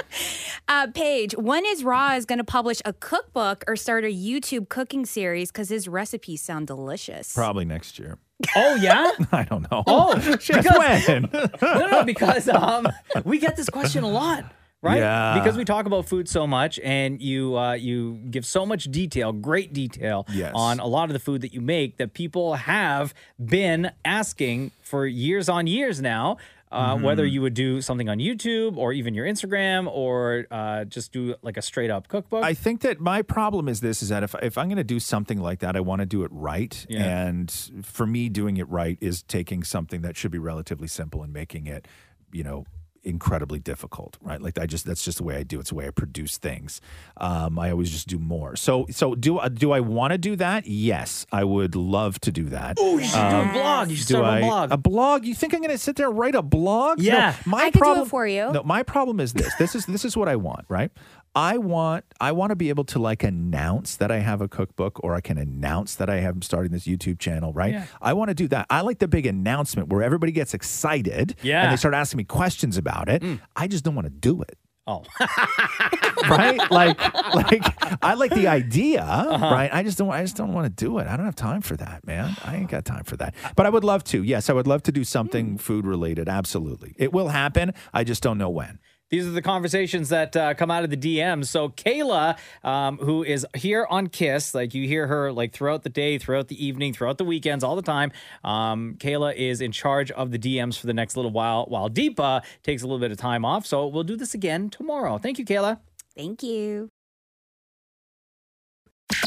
[SPEAKER 10] Uh, Paige, when is Raw is going to publish a cookbook or start a YouTube cooking series? Because his recipes sound delicious.
[SPEAKER 11] Probably next year.
[SPEAKER 2] Oh yeah.
[SPEAKER 11] I don't know.
[SPEAKER 2] Oh,
[SPEAKER 11] Chef,
[SPEAKER 2] because-
[SPEAKER 11] when?
[SPEAKER 2] no, no, because um, we get this question a lot, right?
[SPEAKER 11] Yeah.
[SPEAKER 2] Because we talk about food so much, and you uh, you give so much detail, great detail,
[SPEAKER 11] Yes.
[SPEAKER 2] on a lot of the food that you make that people have been asking for years on years now. Uh,
[SPEAKER 11] Mm-hmm.
[SPEAKER 2] Whether you would do something on YouTube or even your Instagram or uh, just do like a straight up cookbook.
[SPEAKER 11] I think that my problem is this: is that if if I'm going to do something like that, I want to do it right.
[SPEAKER 2] Yeah.
[SPEAKER 11] And for me, doing it right is taking something that should be relatively simple and making it, you know, incredibly difficult. Right? Like I just that's just the way I do. It's the way I produce things. Um, I always just do more. So so do I- do I want to do that? Yes, I would love to do that.
[SPEAKER 2] oh, you should
[SPEAKER 11] Um,
[SPEAKER 2] do a blog. You should start a blog.
[SPEAKER 11] A blog? You think I'm going to sit there and write a blog? No,
[SPEAKER 2] Yeah.
[SPEAKER 11] my
[SPEAKER 10] I could do it
[SPEAKER 11] problem
[SPEAKER 10] for you.
[SPEAKER 11] No, my problem is this. This is this is what I want, right? I want I want to be able to like announce that I have a cookbook or I can announce that I am starting this YouTube channel, right? I want to do that. I like the big announcement where everybody gets excited
[SPEAKER 2] Yeah. Mm.
[SPEAKER 11] and they start asking me questions about it. I just don't want to do it
[SPEAKER 2] oh,
[SPEAKER 11] right? Like, like I like the idea, right? I just don't, I just don't want to do it. I don't have time for that, man. I ain't got time for that. But I would love to. Yes, I would love to do something food related. Absolutely, it will happen. I just don't know when.
[SPEAKER 2] These are the conversations that uh, come out of the DMs. So Kayla, um, who is here on Kiss, like you hear her like throughout the day, throughout the evening, throughout the weekends, all the time. Um, Kayla is in charge of the DMs for the next little while, while Deepa takes a little bit of time off. So we'll do this again tomorrow. Thank you, Kayla.
[SPEAKER 10] Thank you.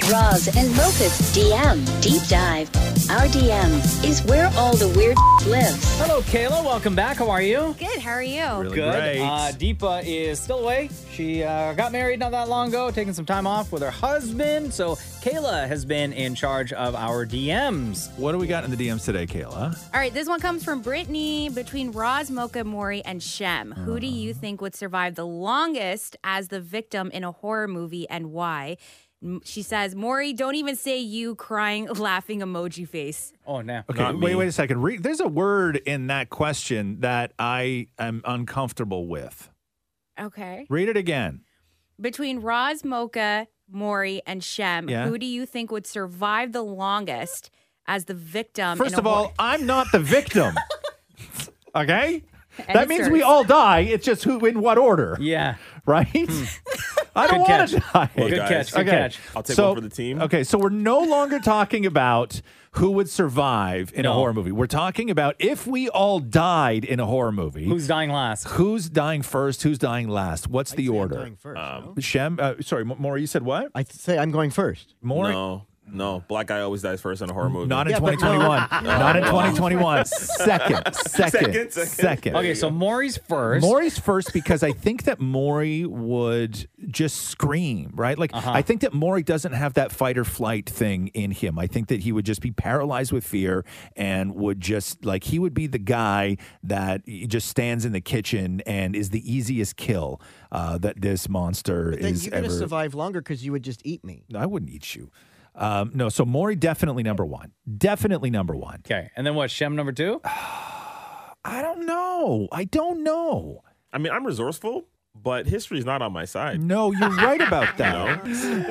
[SPEAKER 9] Roz and Mocha's DM Deep Dive. Our DM is where all the weird lives.
[SPEAKER 2] Hello, Kayla. Welcome back. How are you?
[SPEAKER 10] Good. How are you?
[SPEAKER 11] Really
[SPEAKER 2] Good.
[SPEAKER 11] great.
[SPEAKER 2] Uh, Deepa is still away. She uh, got married not that long ago, taking some time off with her husband. So Kayla has been in charge of our DMs.
[SPEAKER 11] what do we got in the DMs today, Kayla?
[SPEAKER 10] All right, this one comes from Brittany. Between Roz, Mocha, Mori, and Shem, who do
[SPEAKER 11] Ah.
[SPEAKER 10] you think would survive the longest as the victim in a horror movie and why? M- She says, Maury, don't even say you crying, laughing emoji face.
[SPEAKER 2] Oh, no.
[SPEAKER 11] Okay,
[SPEAKER 8] Not
[SPEAKER 11] wait,
[SPEAKER 8] me.
[SPEAKER 11] wait a second. Re- There's a word in that question that I am uncomfortable with.
[SPEAKER 10] Okay.
[SPEAKER 11] Read it again.
[SPEAKER 10] Between Roz, Mocha, Maury, and Shem,
[SPEAKER 11] Yeah.
[SPEAKER 10] who do you think would survive the longest as the victim?
[SPEAKER 11] First
[SPEAKER 10] Um, in a
[SPEAKER 11] of all,
[SPEAKER 10] horror-
[SPEAKER 11] I'm not the victim. okay.
[SPEAKER 10] And
[SPEAKER 11] that
[SPEAKER 10] it
[SPEAKER 11] means we
[SPEAKER 10] serves.
[SPEAKER 11] all die. It's just who in what order.
[SPEAKER 2] Yeah.
[SPEAKER 11] right? I
[SPEAKER 2] Hmm. Good
[SPEAKER 11] don't want to
[SPEAKER 2] catch.
[SPEAKER 11] die.
[SPEAKER 8] Look,
[SPEAKER 2] Good
[SPEAKER 8] guys.
[SPEAKER 2] catch. Good
[SPEAKER 11] okay.
[SPEAKER 2] catch.
[SPEAKER 8] I'll take
[SPEAKER 11] so,
[SPEAKER 8] one for the team.
[SPEAKER 11] Okay, so we're no longer talking about who would survive in
[SPEAKER 2] No.
[SPEAKER 11] a horror movie. We're talking about if we all died in a horror movie,
[SPEAKER 2] Who's dying last?
[SPEAKER 11] who's dying first, who's dying last? What's
[SPEAKER 12] I'd
[SPEAKER 11] the
[SPEAKER 12] say I'm
[SPEAKER 11] order?
[SPEAKER 12] going first, no?
[SPEAKER 11] Shem, uh, sorry, Ma- Maury, you said what?
[SPEAKER 12] I say I'm going first.
[SPEAKER 11] Maury?
[SPEAKER 8] No, no. Black guy always dies first in a horror movie.
[SPEAKER 11] Not in
[SPEAKER 12] Yeah, but no.
[SPEAKER 11] 2021. Not in 2021. Second, second,
[SPEAKER 8] Second, second.
[SPEAKER 11] second.
[SPEAKER 2] Okay, so Maury's first.
[SPEAKER 11] Maury's first because I think that Maury would just scream, right? Like I think that Maury doesn't have that fight or flight thing in him. I think that he would just be paralyzed with fear and would just like he would be the guy that he just stands in the kitchen and is the easiest kill uh, that this monster
[SPEAKER 12] But then
[SPEAKER 11] is
[SPEAKER 12] you're gonna
[SPEAKER 11] ever.
[SPEAKER 12] survive longer because you would just eat me.
[SPEAKER 11] No, I wouldn't eat you. Um, no, so Maury definitely number one. Definitely number one.
[SPEAKER 2] Okay, and then what? Shem number two.
[SPEAKER 11] I don't know. I don't know.
[SPEAKER 8] I mean, I'm resourceful, but history's not on my side.
[SPEAKER 11] No, you're right about that.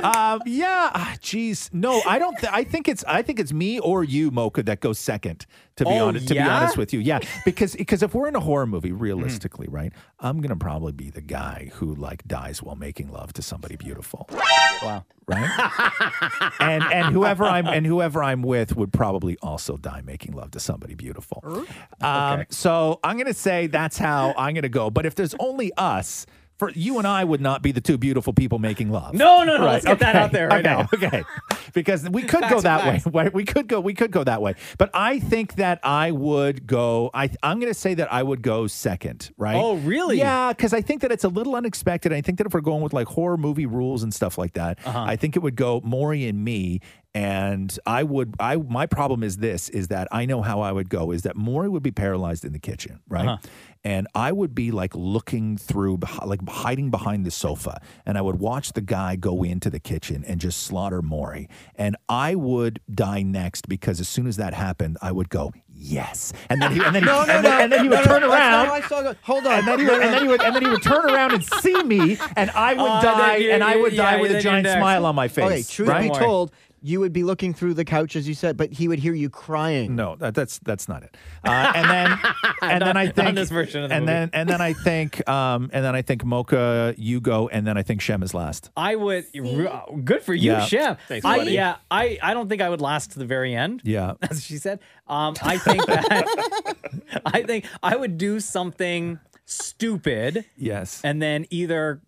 [SPEAKER 11] um, yeah, ah, jeez. No, I don't. Th- I think it's I think it's me or you, Mocha, that goes second. To be
[SPEAKER 2] Oh,
[SPEAKER 11] honest, to be
[SPEAKER 2] yeah?
[SPEAKER 11] honest with you, yeah, because because if we're in a horror movie,
[SPEAKER 8] Mm-hmm.
[SPEAKER 11] realistically, right, I'm gonna probably be the guy who like dies while making love to somebody beautiful,
[SPEAKER 2] Wow.
[SPEAKER 11] right? and and whoever I'm and whoever I'm with would probably also die making love to somebody beautiful. Um,
[SPEAKER 2] Okay.
[SPEAKER 11] So I'm gonna say that's how I'm gonna go. But if there's only us. For you and I would not be the two beautiful people making love.
[SPEAKER 2] No, no, no. Let's get that
[SPEAKER 11] Okay.
[SPEAKER 2] out there right
[SPEAKER 11] okay.
[SPEAKER 2] now.
[SPEAKER 11] Okay. Because we could go
[SPEAKER 2] Facts are
[SPEAKER 11] that way. We could go we could go that way. But I think that I would go I I'm going to say that I would go second, right?
[SPEAKER 2] Oh, really?
[SPEAKER 11] Yeah, cuz I think that it's a little
[SPEAKER 3] Uh-huh.
[SPEAKER 11] unexpected. I think that if we're going with like horror movie rules and stuff like that, I think it would go Maury and me And I would, I my problem is this: is that I know how I would go. Is that Maury would be paralyzed in the kitchen, right?
[SPEAKER 3] Uh-huh.
[SPEAKER 11] And I would be like looking through, beh- like hiding behind the sofa, and I would watch the guy go into the kitchen and just slaughter Maury. And I would die next because as soon as that happened, I would go yes, and then he, and then he,
[SPEAKER 3] No, no,
[SPEAKER 11] and then,
[SPEAKER 3] no.
[SPEAKER 11] and then he
[SPEAKER 3] No,
[SPEAKER 11] would
[SPEAKER 3] no,
[SPEAKER 11] turn
[SPEAKER 3] that's
[SPEAKER 11] around.
[SPEAKER 3] not how I saw it. Hold on.
[SPEAKER 11] And then, he would, and, then he would, and then he would turn around and see me, and I would
[SPEAKER 2] Oh, then
[SPEAKER 11] die,
[SPEAKER 2] you-
[SPEAKER 11] and I would
[SPEAKER 2] you-
[SPEAKER 11] die
[SPEAKER 2] yeah,
[SPEAKER 11] with
[SPEAKER 2] then
[SPEAKER 11] a
[SPEAKER 2] you're
[SPEAKER 11] giant
[SPEAKER 2] next.
[SPEAKER 11] smile on my face.
[SPEAKER 12] Okay, truth be
[SPEAKER 11] right?
[SPEAKER 2] Don't worry.
[SPEAKER 12] told, you would be looking through the couch as you said, but he would hear you crying.
[SPEAKER 11] No, that, that's that's not it. Uh, and then and then I
[SPEAKER 2] Not- not
[SPEAKER 11] think
[SPEAKER 2] this version of the
[SPEAKER 11] and
[SPEAKER 2] movie.
[SPEAKER 11] then and then I think um, and then I think Mocha, you go, and then I think Shem is last.
[SPEAKER 2] I would. Good for you,
[SPEAKER 11] Yeah.
[SPEAKER 2] Chef.
[SPEAKER 8] Thanks,
[SPEAKER 2] I,
[SPEAKER 8] buddy.
[SPEAKER 2] yeah, I, I don't think I would last to the very end.
[SPEAKER 11] Yeah.
[SPEAKER 2] as she said. Um, I think that I think I would do something stupid
[SPEAKER 11] Yes.
[SPEAKER 2] and then either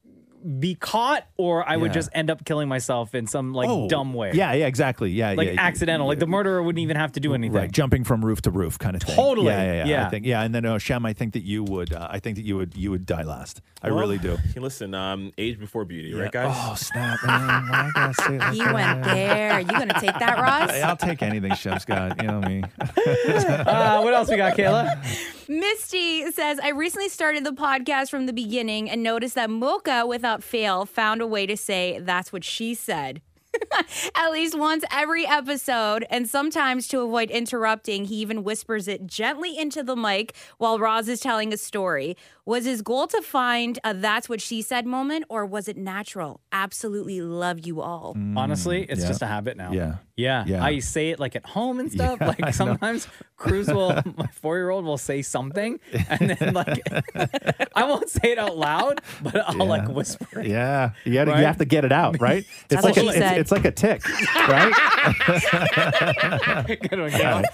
[SPEAKER 2] be caught or I would
[SPEAKER 11] Yeah.
[SPEAKER 2] just end up killing myself in some like
[SPEAKER 11] Oh,
[SPEAKER 2] dumb way.
[SPEAKER 11] Yeah, yeah, exactly. Yeah,
[SPEAKER 2] Like
[SPEAKER 11] yeah,
[SPEAKER 2] accidental. like the murderer wouldn't even have to do anything.
[SPEAKER 11] Right, jumping from roof to roof, kind of thing.
[SPEAKER 2] Totally,
[SPEAKER 11] Yeah, yeah, yeah. I
[SPEAKER 2] yeah.
[SPEAKER 11] think, yeah, and then uh, Shem, I think that you would. Uh, I think that you would. You would die last. I
[SPEAKER 8] Well,
[SPEAKER 11] really do.
[SPEAKER 8] Listen, um, age before beauty, right,
[SPEAKER 11] Yeah.
[SPEAKER 8] guys?
[SPEAKER 11] Oh snap, man! Why did I say it like
[SPEAKER 10] He
[SPEAKER 11] that?
[SPEAKER 10] went there. You gonna take that, Ross?
[SPEAKER 11] Hey, I'll take anything Shem's got. You know me.
[SPEAKER 2] Uh, what else we got, Kayla?
[SPEAKER 10] Misty says, I recently started the podcast from the beginning and noticed that Mocha, without fail, found a way to say, That's what she said. At least once every episode. And sometimes to avoid interrupting, he even whispers it gently into the mic while Roz is telling a story. Was his goal to find a That's what she said moment or was it natural? Absolutely love you all.
[SPEAKER 2] Mm. Honestly, it's
[SPEAKER 11] Mm, yeah.
[SPEAKER 2] just a habit now.
[SPEAKER 11] Yeah.
[SPEAKER 2] Yeah.
[SPEAKER 11] Yeah.
[SPEAKER 2] I say it like at home and stuff.
[SPEAKER 11] Yeah, I know.
[SPEAKER 2] like sometimes Cruz will, my four year old will say something and then like, I won't say it out loud, but I'll like whisper it.
[SPEAKER 11] Yeah, you, gotta,
[SPEAKER 2] Right?
[SPEAKER 11] you have to get it out, right? It's
[SPEAKER 10] what
[SPEAKER 11] like a,
[SPEAKER 10] she
[SPEAKER 11] it's,
[SPEAKER 10] said.
[SPEAKER 11] it's like a tick, right?
[SPEAKER 2] Good one, Kayla.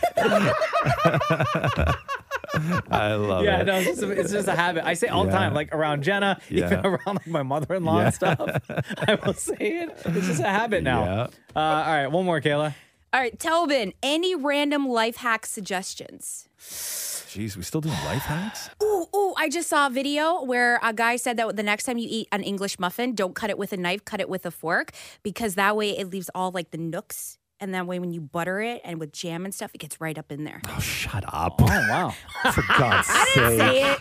[SPEAKER 11] I love
[SPEAKER 2] Yeah,
[SPEAKER 11] it.
[SPEAKER 2] no, it's just, a, it's just a habit. I say all the
[SPEAKER 11] Yeah.
[SPEAKER 2] time, like around Jenna, even
[SPEAKER 11] Yeah.
[SPEAKER 2] around like my mother-in-law
[SPEAKER 11] Yeah.
[SPEAKER 2] and stuff. I will say it. It's just a habit now.
[SPEAKER 11] Yeah.
[SPEAKER 2] Uh, all right, one more, Kayla.
[SPEAKER 10] All right, Tobin, any random life hack suggestions?
[SPEAKER 11] Jeez, we still doing life hacks?
[SPEAKER 10] Ooh, ooh, Oh, I just saw a video where a guy said that the next time you eat an English muffin, don't cut it with a knife, cut it with a fork, because that way it leaves all like the nooks. And that way when you butter it and with jam and stuff, it gets right up in there.
[SPEAKER 11] Oh, shut up!
[SPEAKER 2] Oh wow.
[SPEAKER 11] For God's sake,
[SPEAKER 10] Say it.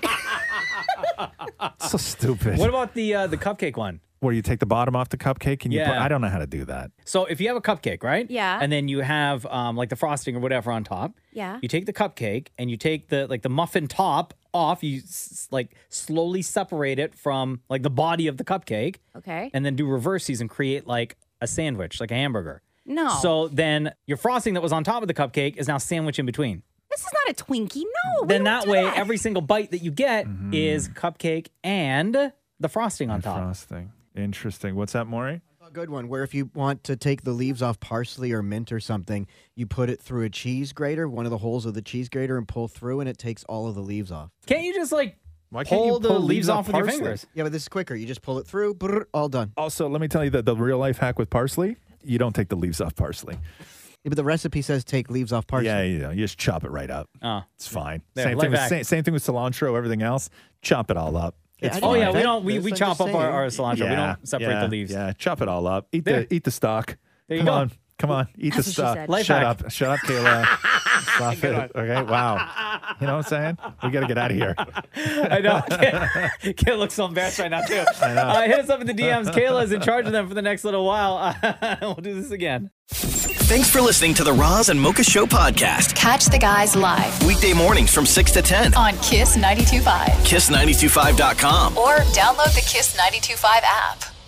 [SPEAKER 11] so stupid.
[SPEAKER 2] what about the uh, the cupcake one?
[SPEAKER 11] Where you take the bottom off the cupcake and you? Put,
[SPEAKER 2] Yeah.
[SPEAKER 11] I don't know how to do that.
[SPEAKER 2] So if you have a cupcake, right?
[SPEAKER 10] Yeah.
[SPEAKER 2] And then you have um, like the frosting or whatever on top.
[SPEAKER 10] Yeah.
[SPEAKER 2] You take the cupcake and you take the like the muffin top off. You s- like slowly separate it from like the body of the cupcake,
[SPEAKER 10] Okay.
[SPEAKER 2] and then do reverses and create like a sandwich, like a hamburger.
[SPEAKER 10] No.
[SPEAKER 2] So then your frosting that was on top of the cupcake is now sandwiched in between.
[SPEAKER 10] this is not a Twinkie. No. we
[SPEAKER 2] then
[SPEAKER 10] don't
[SPEAKER 2] that
[SPEAKER 10] do
[SPEAKER 2] way, every single bite that you get is cupcake Mm-hmm. and the frosting on top.
[SPEAKER 11] Frosting. Interesting. What's that, Maury?
[SPEAKER 12] A good one where if you want to take the leaves off parsley or mint or something, you put it through a cheese grater, one of the holes of the cheese grater, and pull through, and it takes all of the leaves off.
[SPEAKER 2] Can't you just like
[SPEAKER 11] Why can't you
[SPEAKER 2] pull the
[SPEAKER 11] pull
[SPEAKER 2] leaves,
[SPEAKER 11] leaves
[SPEAKER 2] off
[SPEAKER 11] off
[SPEAKER 2] with your
[SPEAKER 11] parsley?
[SPEAKER 2] fingers?
[SPEAKER 12] Yeah, but this is quicker. You just pull it through, brr, all done.
[SPEAKER 11] Also, let me tell you that the real life hack with parsley. You don't take the leaves off parsley.
[SPEAKER 12] Yeah, but the recipe says take leaves off parsley.
[SPEAKER 11] Yeah, you know, you just chop it right up.
[SPEAKER 2] Oh.
[SPEAKER 11] It's fine.
[SPEAKER 2] There,
[SPEAKER 11] same,
[SPEAKER 2] life
[SPEAKER 11] thing with,
[SPEAKER 2] hack.
[SPEAKER 11] same, same thing with cilantro, everything else. Chop it all up. It's
[SPEAKER 12] I
[SPEAKER 11] fine.
[SPEAKER 2] Oh yeah, we
[SPEAKER 12] That-
[SPEAKER 2] don't. We, we
[SPEAKER 12] that's
[SPEAKER 2] chop up our,
[SPEAKER 12] understandable.
[SPEAKER 2] our cilantro. we don't separate
[SPEAKER 11] yeah,
[SPEAKER 2] the leaves.
[SPEAKER 11] Yeah, chop it all up. Eat
[SPEAKER 2] There.
[SPEAKER 11] the eat the stock.
[SPEAKER 2] There you
[SPEAKER 11] come
[SPEAKER 2] go.
[SPEAKER 11] on, come on, eat
[SPEAKER 10] That's
[SPEAKER 11] the
[SPEAKER 10] what she
[SPEAKER 11] stock.
[SPEAKER 10] said.
[SPEAKER 2] Life
[SPEAKER 11] Shut
[SPEAKER 2] hack.
[SPEAKER 11] up, shut up, Kayla. Stop it. Okay, wow. You know what I'm saying? We got to get out of here.
[SPEAKER 2] I know. Kid, Kid looks so embarrassed right now too. Uh, hit us up in the DMs. Kayla's in charge of them for the next little while. we'll do this again.
[SPEAKER 1] Thanks for listening to the Roz and Mocha Show podcast.
[SPEAKER 6] Catch the guys live
[SPEAKER 1] Weekday mornings from 6 to 10.
[SPEAKER 6] on Kiss 92.5
[SPEAKER 1] Kiss925.com.
[SPEAKER 6] or download the Kiss 92.5 app.